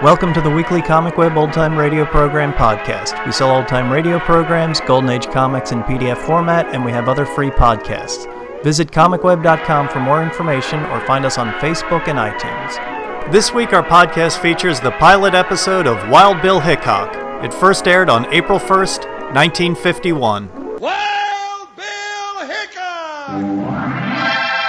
Welcome to the weekly Comic Web Old Time Radio Program podcast. We sell old time radio programs, Golden Age comics in PDF format, and we have other free podcasts. Visit comicweb.com for more information or find us on Facebook and iTunes. This week, our podcast features the pilot episode of Wild Bill Hickok. It first aired on April 1st, 1951. Wild Bill Hickok!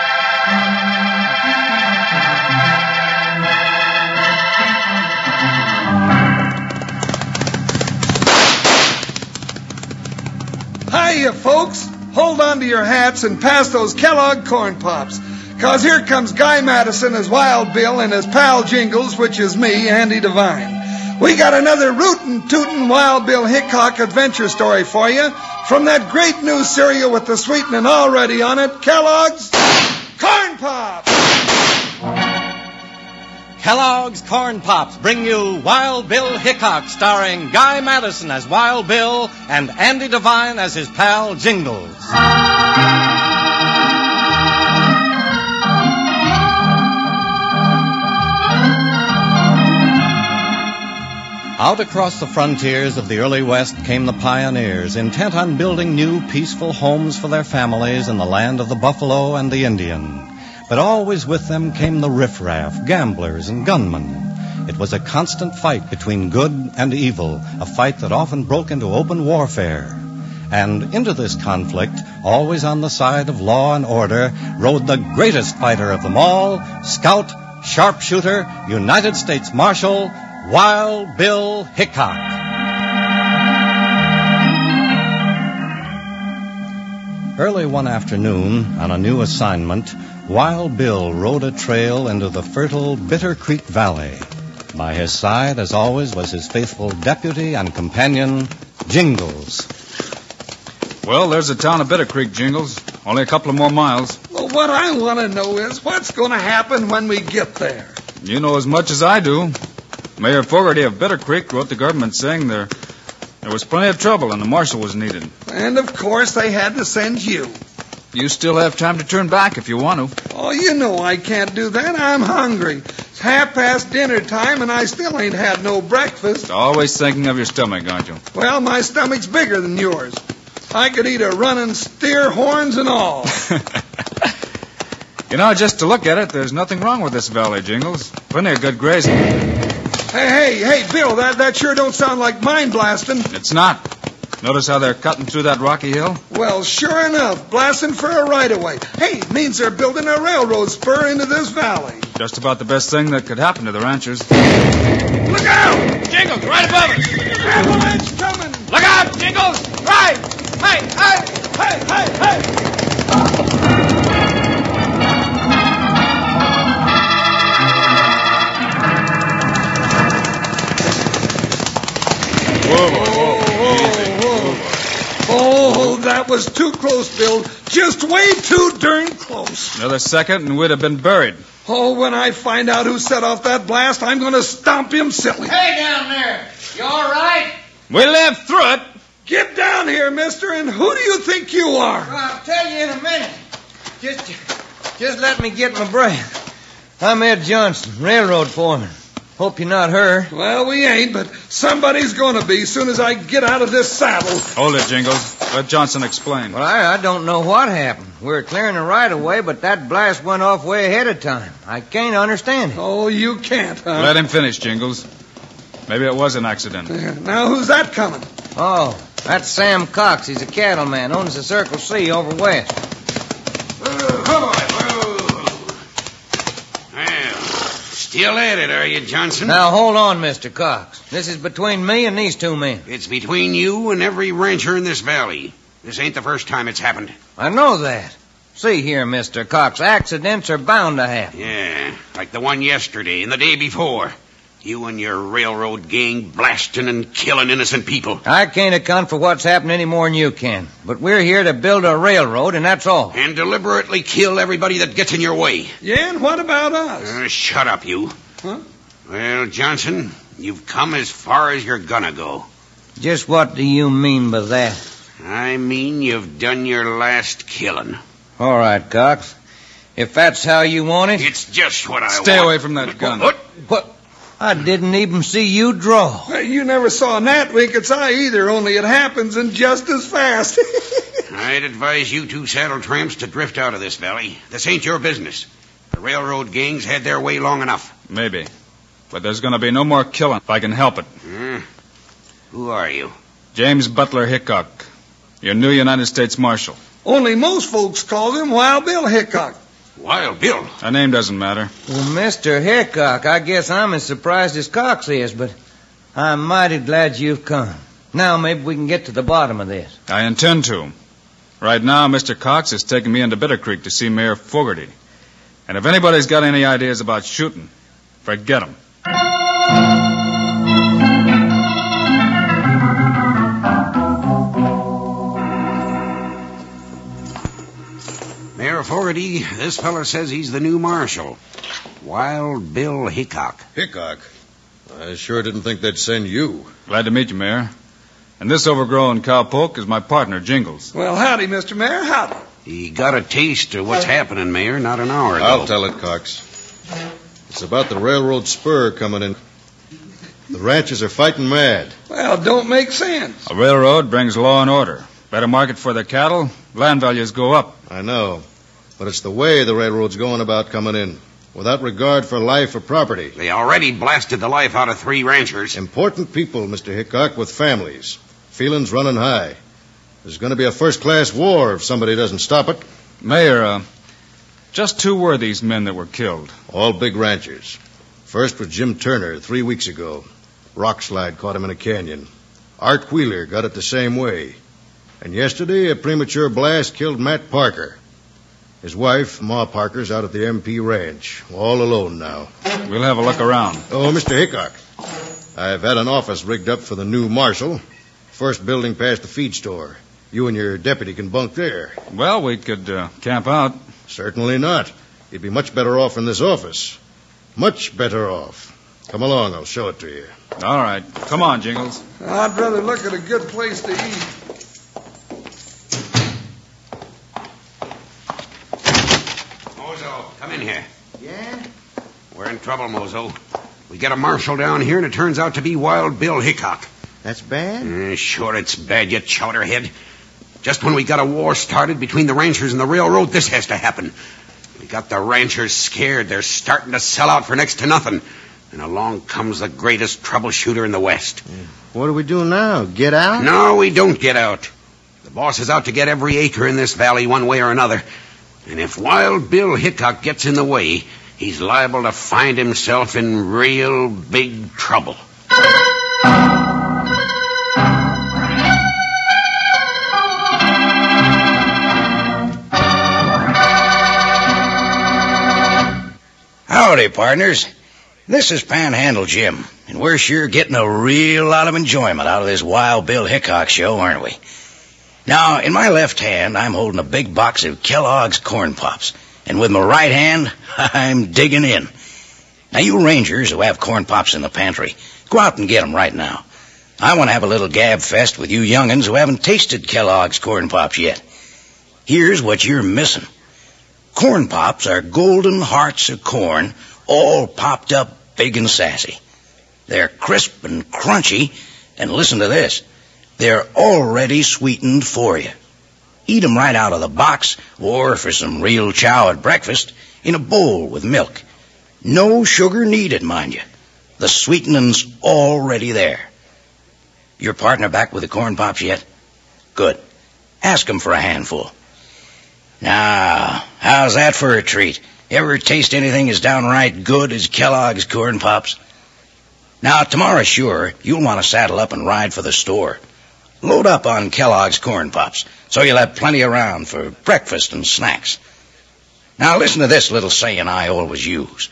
Hiya, folks! Hold on to your hats and pass those Kellogg corn pops. Cause here comes Guy Madison as Wild Bill and his pal Jingles, which is me, Andy Devine. We got another rootin' tootin' Wild Bill Hickok adventure story for you from that great new cereal with the sweetening already on it, Kellogg's Corn Pops! Kellogg's Corn Pops bring you Wild Bill Hickok, starring Guy Madison as Wild Bill and Andy Devine as his pal Jingles. Out across the frontiers of the early West came the pioneers, intent on building new peaceful homes for their families in the land of the buffalo and the Indian. But always with them came the riffraff, gamblers, and gunmen. It was a constant fight between good and evil, a fight that often broke into open warfare. And into this conflict, always on the side of law and order, rode the greatest fighter of them all, scout, sharpshooter, United States Marshal, Wild Bill Hickok. Early one afternoon, on a new assignment, Wild Bill rode a trail into the fertile Bitter Creek Valley. By his side, as always, was his faithful deputy and companion, Jingles. Well, there's the town of Bitter Creek, Jingles. Only a couple of more miles. Well, what I want to know is what's going to happen when we get there. You know as much as I do. Mayor Fogarty of Bitter Creek wrote the government saying there there was plenty of trouble and the marshal was needed. And of course, they had to send you. You still have time to turn back if you want to. Oh, you know I can't do that. I'm hungry. It's half past dinner time, and I still ain't had no breakfast. Always thinking of your stomach, aren't you? Well, my stomach's bigger than yours. I could eat a running steer, horns and all. you know, just to look at it, there's nothing wrong with this valley, Jingles. Plenty of good grazing. Hey, hey, hey, Bill, that, that sure don't sound like mind blasting. It's not. Notice how they're cutting through that rocky hill? Well, sure enough, blasting for a right of way. Hey, it means they're building a railroad spur into this valley. Just about the best thing that could happen to the ranchers. Look out! Jingles, right above us! Avalanche coming! Look out, Jingles! Right! Hey, hey, hey, hey, hey! Whoa, whoa, Whoa, whoa. Oh, that was too close, Bill. Just way too darn close. Another second and we'd have been buried. Oh, when I find out who set off that blast, I'm going to stomp him silly. Hey down there! You all right? We lived through it. Get down here, mister, and who do you think you are? Well, I'll tell you in a minute. Just, just let me get my breath. I'm Ed Johnson, railroad foreman. Hope you're not her. Well, we ain't, but somebody's going to be soon as I get out of this saddle. Hold it, Jingles. Let Johnson explain. Well, I, I don't know what happened. We were clearing the right of way, but that blast went off way ahead of time. I can't understand it. Oh, you can't, Uh-huh. huh? Let him finish, Jingles. Maybe it was an accident. Now, who's that coming? Oh, that's Sam Cox. He's a cattleman, owns the Circle C over west. Come on. Well, still at it, are you, Johnson? Now, hold on, Mr. Cox. This is between me and these two men. It's between you and every rancher in this valley. This ain't the first time it's happened. I know that. See here, Mr. Cox, accidents are bound to happen. Yeah, like the one yesterday and the day before. You and your railroad gang blasting and killing innocent people. I can't account for what's happened any more than you can. But we're here to build a railroad, and that's all. And deliberately kill everybody that gets in your way. Yeah, and what about us? Uh, shut up, you. Huh? Well, Johnson, you've come as far as you're gonna go. Just what do you mean by that? I mean, you've done your last killing. All right, Cox. If that's how you want it. It's just what I Stay want. away from that gun. What? What? I didn't even see you draw. Well, you never saw a gnatwinkett's eye either, only it happens and just as fast. I'd advise you two saddle tramps to drift out of this valley. This ain't your business. The railroad gangs had their way long enough. Maybe. But there's going to be no more killing if I can help it. Huh? Who are you? James Butler Hickok, your new United States Marshal. only most folks call him Wild Bill Hickok. Wild Bill. A name doesn't matter. Well, Mr. Hickok, I guess I'm as surprised as Cox is, but I'm mighty glad you've come. Now maybe we can get to the bottom of this. I intend to. Right now, Mr. Cox is taking me into Bitter Creek to see Mayor Fogarty. And if anybody's got any ideas about shooting, forget 'em. Mayor Fogarty, this feller says he's the new marshal. Wild Bill Hickok. Hickok, I sure didn't think they'd send you. Glad to meet you, Mayor. And this overgrown cowpoke is my partner, Jingles. Well, howdy, Mr. Mayor, howdy. He got a taste of what's happening, Mayor, not an hour ago. I'll tell it, Cox. It's about the railroad spur coming in. The ranchers are fighting mad. Well, don't make sense. A railroad brings law and order. Better market for the cattle, land values go up. I know. But it's the way the railroad's going about coming in, without regard for life or property. They already blasted the life out of three ranchers. Important people, Mr. Hickok, with families. Feelings running high. There's going to be a first class war if somebody doesn't stop it. Mayor, uh, just who were these men that were killed? All big ranchers. First was Jim Turner three weeks ago. Rock slide caught him in a canyon. Art Wheeler got it the same way. And yesterday, a premature blast killed Matt Parker. His wife, Ma Parker's out at the MP ranch, all alone now. We'll have a look around. Oh, Mr. Hickok, I've had an office rigged up for the new marshal. First building past the feed store. You and your deputy can bunk there. Well, we could uh, camp out. Certainly not. You'd be much better off in this office. Much better off. Come along, I'll show it to you. All right. Come on, Jingles. I'd rather look at a good place to eat. Mozo, come in here. Yeah? We're in trouble, Mozo. We got a marshal down here, and it turns out to be Wild Bill Hickok. That's bad? Eh, sure, it's bad, you chowderhead. Just when we got a war started between the ranchers and the railroad, this has to happen. We got the ranchers scared. They're starting to sell out for next to nothing. And along comes the greatest troubleshooter in the West. What do we do now? Get out? No, we don't get out. The boss is out to get every acre in this valley one way or another. And if Wild Bill Hickok gets in the way, he's liable to find himself in real big trouble. Howdy, partners. This is Panhandle Jim, and we're sure getting a real lot of enjoyment out of this Wild Bill Hickok show, aren't we? Now, in my left hand, I'm holding a big box of Kellogg's Corn Pops, and with my right hand, I'm digging in. Now, you rangers who have Corn Pops in the pantry, go out and get 'em right now. I want to have a little gab fest with you young'uns who haven't tasted Kellogg's Corn Pops yet. Here's what you're missing. Corn Pops are golden hearts of corn, all popped up big and sassy. They're crisp and crunchy, and listen to this. They're already sweetened for you. Eat 'em right out of the box, or for some real chow at breakfast, in a bowl with milk. No sugar needed, mind you. The sweetening's already there. Your partner back with the corn pops yet? Good. Ask 'em for a handful. Now, how's that for a treat? Ever taste anything as downright good as Kellogg's Corn Pops? Now, tomorrow, sure, you'll want to saddle up and ride for the store. Load up on Kellogg's Corn Pops, so you'll have plenty around for breakfast and snacks. Now, listen to this little saying I always use.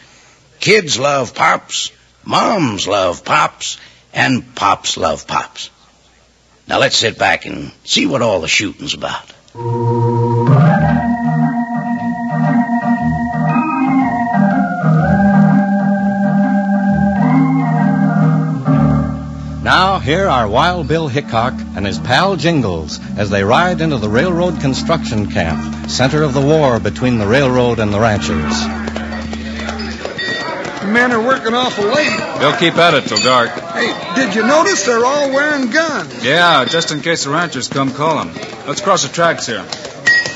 Kids love pops, moms love pops, and pops love pops. Now, let's sit back and see what all the shooting's about. Now, here are Wild Bill Hickok and his pal Jingles as they ride into the railroad construction camp, center of the war between the railroad and the ranchers. men are working awful late. They'll keep at it till dark. Hey, did you notice they're all wearing guns? Yeah, just in case the ranchers come calling. Let's cross the tracks here.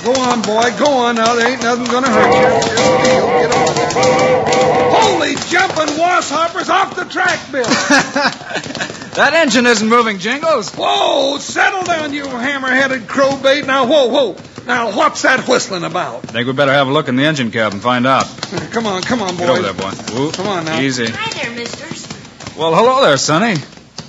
Go on, boy, go on now. There ain't nothing gonna hurt you. Just deal. Get on. Holy jumping washhoppers off the track, Bill! that engine isn't moving, Jingles. Whoa, settle down, you hammer-headed crowbait. Now, whoa, whoa. Now, what's that whistling about? Think we better have a look in the engine cab and find out. Come on, come on, boys. Get over there, boy. Whoop. Come on now. Easy. Hi there, misters. Well, hello there, Sonny.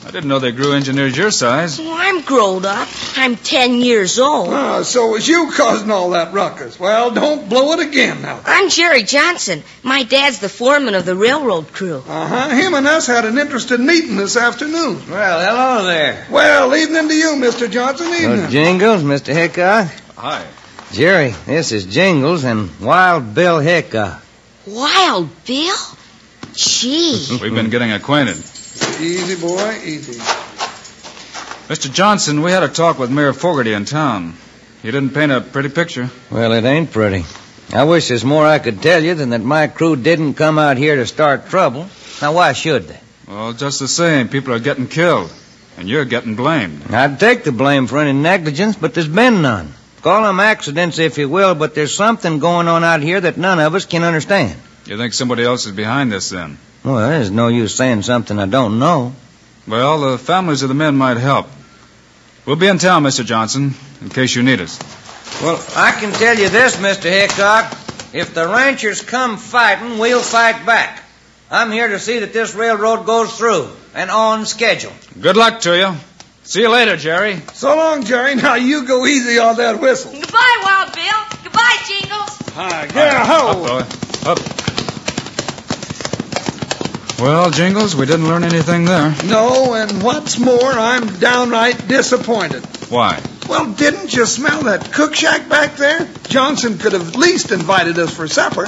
I didn't know they grew engineers your size. Oh, I'm grown up. I'm ten years old. Ah, so it was you causing all that ruckus. Well, don't blow it again now. I'm Jerry Johnson. My dad's the foreman of the railroad crew. Uh-huh. Him and us had an interesting meeting this afternoon. Well, hello there. Well, evening to you, Mr. Johnson. Evening. Oh, Jingles, Mr. Hickok. Hi. Jerry, this is Jingles and Wild Bill Hickok. Wild Bill? Gee. We've been getting acquainted. Easy, boy, easy. Mr. Johnson, we had a talk with Mayor Fogarty in town. You didn't paint a pretty picture. Well, it ain't pretty. I wish there's more I could tell you than that my crew didn't come out here to start trouble. Now, why should they? Well, just the same, people are getting killed, and you're getting blamed. I'd take the blame for any negligence, but there's been none. Call them accidents if you will, but there's something going on out here that none of us can understand. You think somebody else is behind this, then? Well, there's no use saying something I don't know. Well, the families of the men might help. We'll be in town, Mr. Johnson, in case you need us. Well, I can tell you this, Mr. Hickok. If the ranchers come fighting, we'll fight back. I'm here to see that this railroad goes through and on schedule. Good luck to you. See you later, Jerry. So long, Jerry. Now you go easy on that whistle. Goodbye, Wild Bill. Goodbye, Jingles. Hi, yeah, Up, ho. fella. Up. Well, Jingles, we didn't learn anything there. No, and what's more, I'm downright disappointed. Why? Well, didn't you smell that cook shack back there? Johnson could have at least invited us for supper.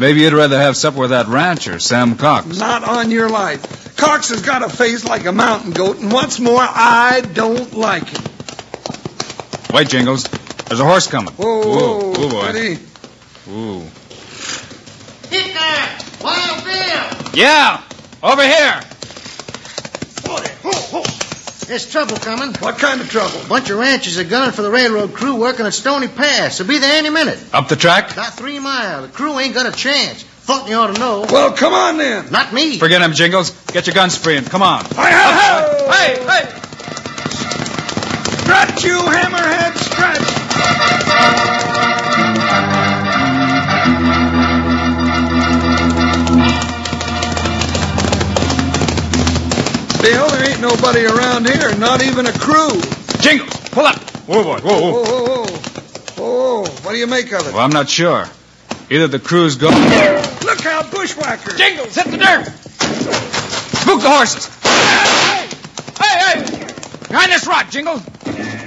Maybe you'd rather have supper with that rancher, Sam Cox. Not on your life. Cox has got a face like a mountain goat, and what's more, I don't like him. Wait, Jingles. There's a horse coming. Whoa, Ooh, ooh, boy. buddy. Ooh. Hit there! Wild Bill! Yeah! Over here! There's trouble coming. What kind of trouble? A bunch of ranchers are gunning for the railroad crew working at Stony Pass. They'll be there any minute. Up the track? About three mile. The crew ain't got a chance. Thought you ought to know. Well, come on then. Not me. Forget him, Jingles. Get your guns free and come on. Hi, hi, ho! Hey, hey! Strut, you hammerhead, strut! Bill, there ain't nobody around here, not even a crew. Jingles, pull up. Whoa, boy. Whoa, Whoa, whoa, whoa. Oh, what do you make of it? Well, I'm not sure. Either the crew's gone. Look out, bushwhacker! Jingles, hit the dirt. Spook the horses. Hey, hey. Behind this rock, Jingles.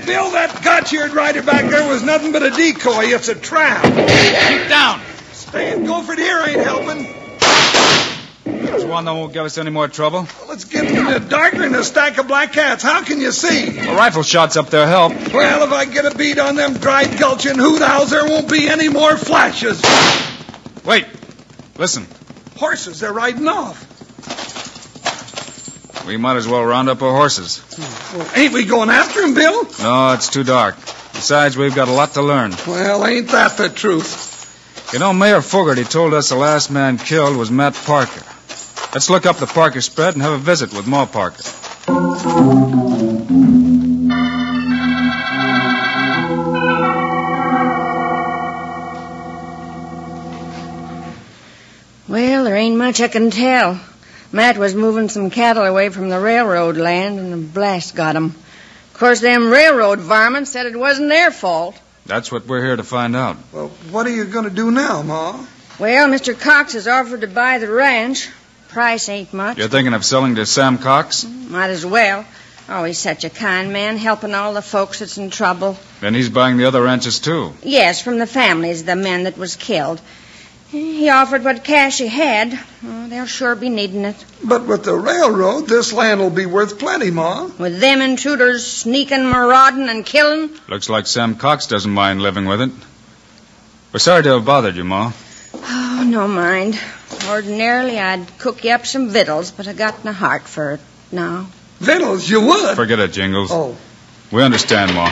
Bill, that got-eared rider back there was nothing but a decoy. It's a trap. Keep down. Stan Guilford here ain't helping. There's one that won't give us any more trouble. Let's get into darker than a stack of black cats. How can you see? The rifle shots up there help. Well, if I get a bead on them dried gulchin' hoot owls, there won't be any more flashes. Wait. Listen. Horses, they're riding off. We might as well round up our horses. Well, ain't we going after 'em, Bill? No, it's too dark. Besides, we've got a lot to learn. Well, ain't that the truth? You know, Mayor Fogarty told us the last man killed was Matt Parker. Let's look up the Parker spread and have a visit with Ma Parker. Well, there ain't much I can tell. Matt was moving some cattle away from the railroad land, and a blast got 'em. Of course, them railroad varmints said it wasn't their fault. That's what we're here to find out. Well, what are you going to do now, Ma? Well, Mr. Cox has offered to buy the ranch. Price ain't much. You're thinking of selling to Sam Cox? Might as well. Always such a kind man, helping all the folks that's in trouble. Then he's buying the other ranches, too. Yes, from the families of the men that was killed. He offered what cash he had. Oh, they'll sure be needing it. But with the railroad, this land will be worth plenty, Ma. With them intruders sneaking, marauding, and killing, Looks like Sam Cox doesn't mind living with it. We're sorry to have bothered you, Ma. Oh, no mind. Ordinarily, I'd cook you up some victuals, but I got no heart for it now. Vittles, you would. Forget it, Jingles. Oh. We understand, Ma.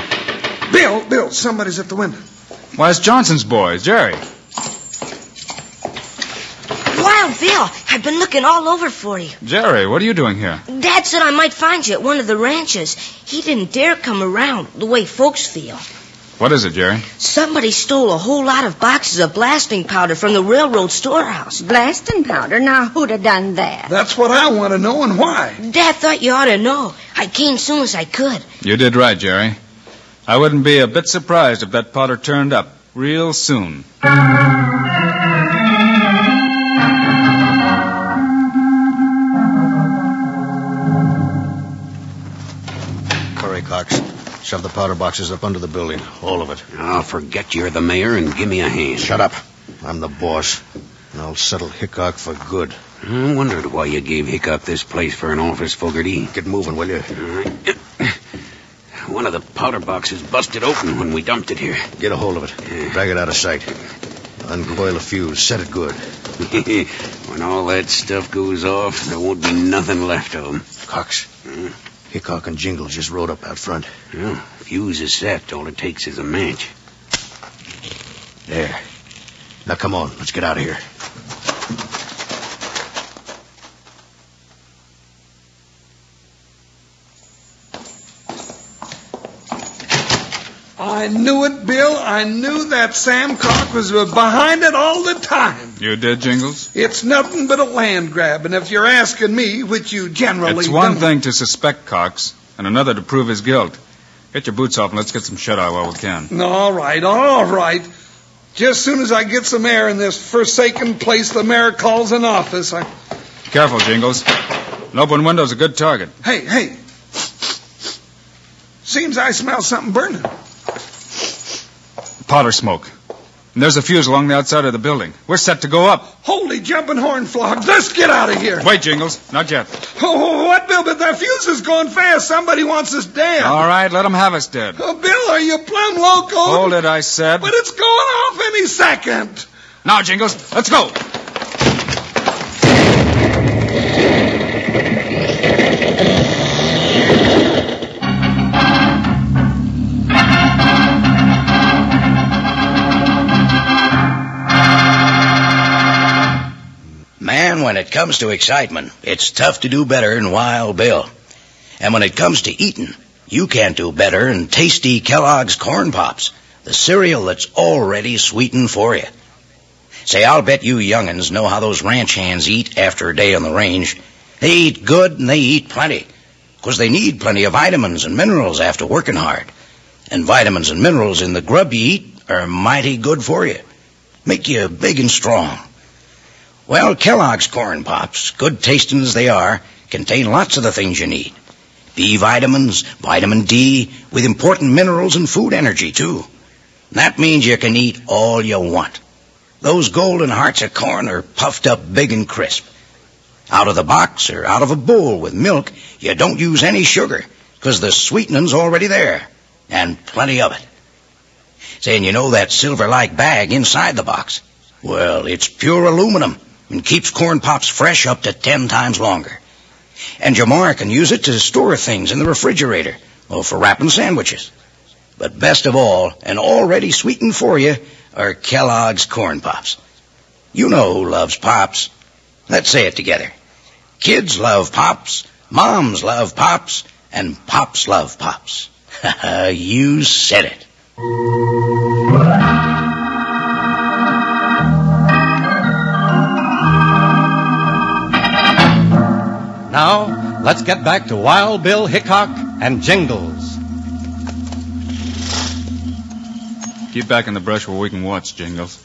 Bill, Bill, somebody's at the window. Why, it's Johnson's boys, Jerry. Wild Bill, I've been looking all over for you. Jerry, what are you doing here? Dad said I might find you at one of the ranches. He didn't dare come around the way folks feel. What is it, Jerry? Somebody stole a whole lot of boxes of blasting powder from the railroad storehouse. Blasting powder? Now, who'd have done that? That's what I want to know and why. Dad thought you ought to know. I came soon as I could. You did right, Jerry. I wouldn't be a bit surprised if that powder turned up real soon. Hurry, Cox. Shove the powder boxes up under the building. All of it. I'll forget you're the mayor and give me a hand. Shut up. I'm the boss. And I'll settle Hickok for good. I wondered why you gave Hickok this place for an office, Fogarty. Get moving, will you? All right. One of the powder boxes busted open when we dumped it here. Get a hold of it. Drag it out of sight. Uncoil the fuse. Set it good. when all that stuff goes off, there won't be nothing left of 'em. Cox, them. Hickok and Jingles just rode up out front. Well, fuse is set. All it takes is a match. There. Now come on. Let's get out of here. I knew it, Bill. I knew that Sam Cock was behind it all the time. You did, Jingles? It's nothing but a land grab, and if you're asking me, which you generally It's one don't- thing to suspect Cox, and another to prove his guilt. Get your boots off and let's get some shut eye while we can. All right, all right. Just soon as I get some air in this forsaken place the mayor calls an office, I. Careful, Jingles. An open window's a good target. Hey, hey. Seems I smell something burning. Powder smoke. And there's a fuse along the outside of the building. We're set to go up. Holy jumping horn flog. Let's get out of here. Wait, Jingles. Not yet. Oh, what, Bill? But that fuse is going fast. Somebody wants us dead. All right, Oh, let 'em have us dead. Oh, Bill, are you plumb loco? Hold it, I said. But it's going off any second. Now, Jingles, let's go. Man, when it comes to excitement, it's tough to do better than Wild Bill. And when it comes to eating, you can't do better than tasty Kellogg's Corn Pops, the cereal that's already sweetened for you. Say, I'll bet you young'uns know how those ranch hands eat after a day on the range. They eat good and they eat plenty, 'cause they need plenty of vitamins and minerals after working hard. And vitamins and minerals in the grub you eat are mighty good for you. Make you big and strong. Well, Kellogg's Corn Pops, good tasting as they are, contain lots of the things you need. B vitamins, vitamin D, with important minerals and food energy, too. That means you can eat all you want. Those golden hearts of corn are puffed up big and crisp. Out of the box or out of a bowl with milk, you don't use any sugar, 'cause the sweetening's already there, and plenty of it. Saying you know that silver-like bag inside the box? Well, it's pure aluminum and keeps corn pops fresh up to ten times longer. And Jamar can use it to store things in the refrigerator or for wrapping sandwiches. But best of all, and already sweetened for you, are Kellogg's Corn Pops. You know who loves Pops. Let's say it together. Kids love Pops, moms love Pops, and Pops love Pops. you said it. Now, let's get back to Wild Bill Hickok and Jingles. Keep back in the brush where we can watch, Jingles.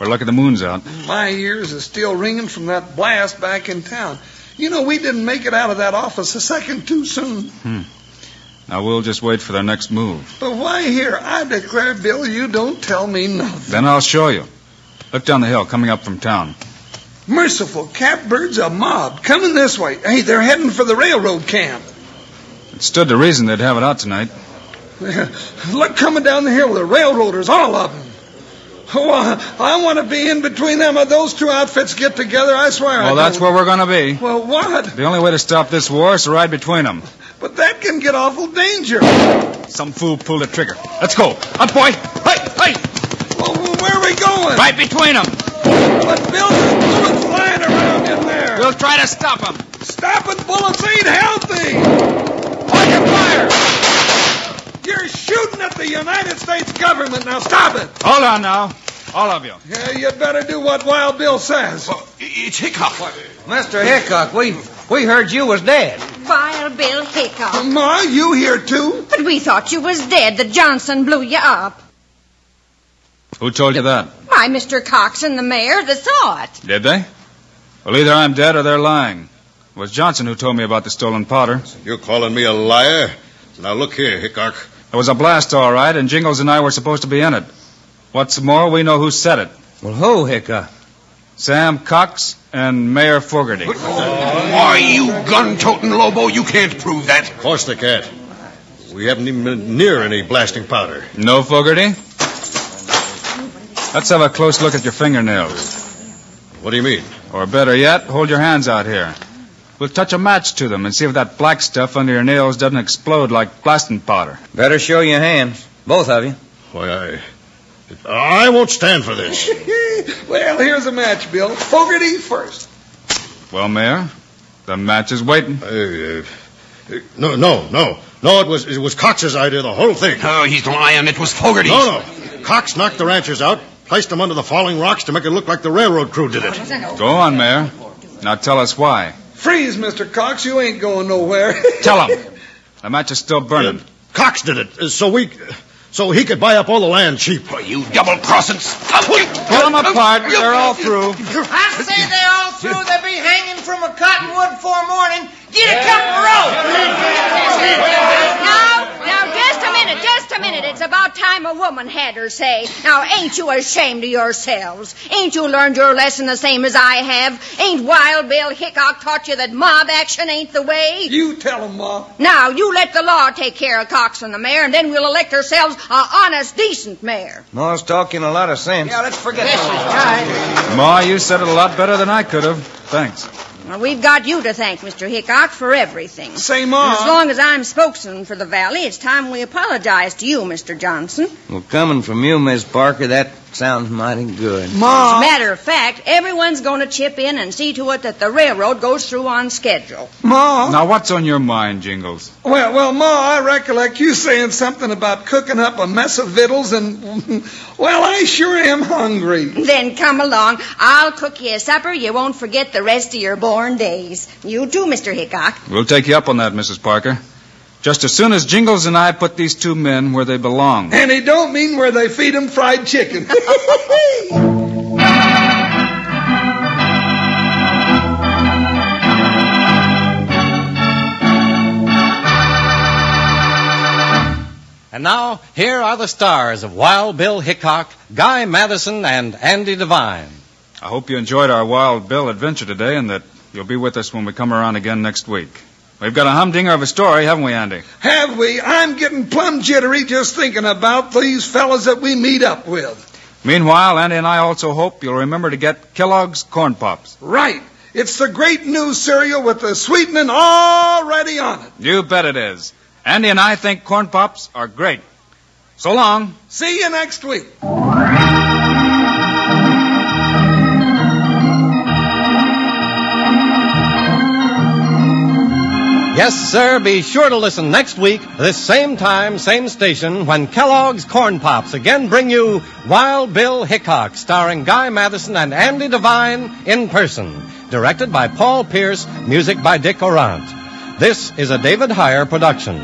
We're lucky the moon's out. My ears are still ringing from that blast back in town. You know, we didn't make it out of that office a second too soon. Now we'll just wait for their next move. But why here? I declare, Bill, you don't tell me nothing. Then I'll show you. Look down the hill coming up from town. Merciful, catbirds, a mob coming this way. Hey, they're heading for the railroad camp. It stood to reason they'd have it out tonight. Look, coming down the hill, the railroaders, all of them. Well, I want to be in between them. If those two outfits get together, I swear I Well, that's don't. where we're going to be. Well, what? The only way to stop this war is to ride between them. But that can get awful danger. Some fool pulled the trigger. Let's go. Up, boy. Hey, hey. Well, Oh, where are we going? Right between them. But Bill, there's bullets flying around in there. We'll try to stop them. Stopping bullets ain't healthy. Hold your fire. You're shooting at the United States government. Now stop it. Hold on now. All of you. Yeah, you'd better do what Wild Bill says. It's Hickok. Mr. Hickok, we we heard you was dead. Wild Bill Hickok. Ma, you here too? But we thought you was dead. The Johnson blew you up. Who told you that? Why, Mr. Cox and the mayor, they saw it. Did they? Well, either I'm dead or they're lying. It was Johnson who told me about the stolen powder. You're calling me a liar? Now look here, Hickok. It was a blast, all right, and Jingles and I were supposed to be in it. What's more, we know who said it. Well, who, Hickok? Sam Cox and Mayor Fogarty. Why, you gun-toting Lobo, you can't prove that. Of course they can't. We haven't even been near any blasting powder. No, Fogarty? Let's have a close look at your fingernails. What do you mean? Or better yet, hold your hands out here. We'll touch a match to them and see if that black stuff under your nails doesn't explode like blasting powder. Better show your hands, both of you. Why, I. I won't stand for this. well, here's a match, Bill. Fogarty first. Well, Mayor, the match is waiting. Uh, uh, no, no, no. No, it was, it was Cox's idea, the whole thing. No, Oh, he's lying. It was Fogarty's. No, no. Cox knocked the ranchers out, placed them under the falling rocks to make it look like the railroad crew did it. Go on, Mayor. Now tell us why. Freeze, Mr. Cox. You ain't going nowhere. Tell them. The match is still burning. Cox did it, uh, so we. So he could buy up all the land cheap. Oh, you double-crossing skunk. Pull them apart. They're all through. I say they're all through. They'll be hanging from a cottonwood for morning. Get a couple rope. Now, now, just a minute, just a minute. It's about time a woman had her say. Now, ain't you ashamed of yourselves? Ain't you learned your lesson the same as I have? Ain't Wild Bill Hickok taught you that mob action ain't the way? You tell 'em, Ma. Now, you let the law take care of Cox and the mayor, and then we'll elect ourselves a honest, decent mayor. Ma's talking a lot of sense. Yeah, let's forget this. Ma, you said it a lot better than I could have. Thanks. Well, we've got you to thank, Mr. Hickok, for everything. Say, And Ma. As long as I'm spokesman for the valley, it's time we apologize to you, Mr. Johnson. Well, coming from you, Miss Parker, that sounds mighty good. As a Ma. matter of fact, everyone's going to chip in and see to it that the railroad goes through on schedule. Ma. Now, what's on your mind, Jingles? Well, well, Ma, I recollect you saying something about cooking up a mess of victuals, and well, I sure am hungry. Then come along. I'll cook you a supper you won't forget the rest of your born days. You too, Mr. Hickok. We'll take you up on that, Mrs. Parker. Just as soon as Jingles and I put these two men where they belong. And he don't mean where they feed 'em fried chicken. And now, here are the stars of Wild Bill Hickok, Guy Madison, and Andy Devine. I hope you enjoyed our Wild Bill adventure today and that you'll be with us when we come around again next week. We've got a humdinger of a story, haven't we, Andy? Have we? I'm getting plumb jittery just thinking about these fellas that we meet up with. Meanwhile, Andy and I also hope you'll remember to get Kellogg's Corn Pops. Right. It's the great new cereal with the sweetening already on it. You bet it is. Andy and I think Corn Pops are great. So long. See you next week. Yes, sir, be sure to listen next week, this same time, same station, when Kellogg's Corn Pops again bring you Wild Bill Hickok, starring Guy Madison and Andy Devine in person. Directed by Paul Pierce, music by Dick Orant. This is a David Heyer production.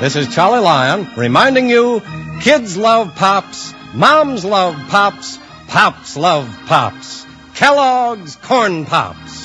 This is Charlie Lyon reminding you kids love pops, moms love pops, pops love pops. Kellogg's Corn Pops.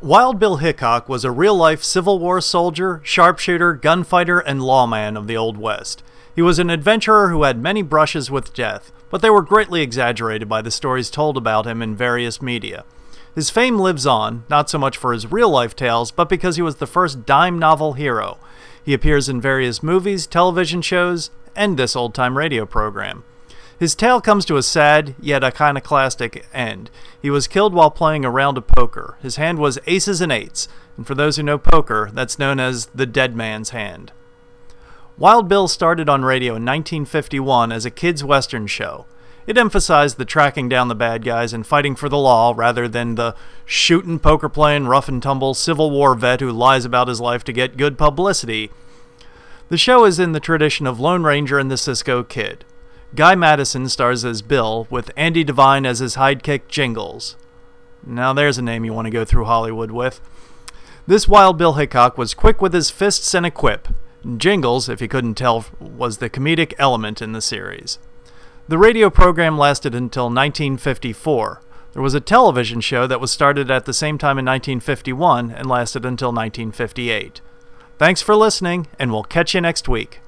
Wild Bill Hickok was a real life Civil War soldier, sharpshooter, gunfighter, and lawman of the Old West. He was an adventurer who had many brushes with death, but they were greatly exaggerated by the stories told about him in various media. His fame lives on, not so much for his real life tales, but because he was the first dime novel hero. He appears in various movies, television shows, and this old time radio program. His tale comes to a sad, yet iconoclastic end. He was killed while playing a round of poker. His hand was aces and eights, and for those who know poker, that's known as the dead man's hand. Wild Bill started on radio in 1951 as a kids' western show. It emphasized the tracking down the bad guys and fighting for the law rather than the shootin', poker playing, rough and tumble Civil War vet who lies about his life to get good publicity. The show is in the tradition of Lone Ranger and the Cisco Kid. Guy Madison stars as Bill, with Andy Devine as his sidekick Jingles. Now there's a name you want to go through Hollywood with. This Wild Bill Hickok was quick with his fists and a quip. Jingles, if you couldn't tell, was the comedic element in the series. The radio program lasted until 1954. There was a television show that was started at the same time in 1951 and lasted until 1958. Thanks for listening, and we'll catch you next week.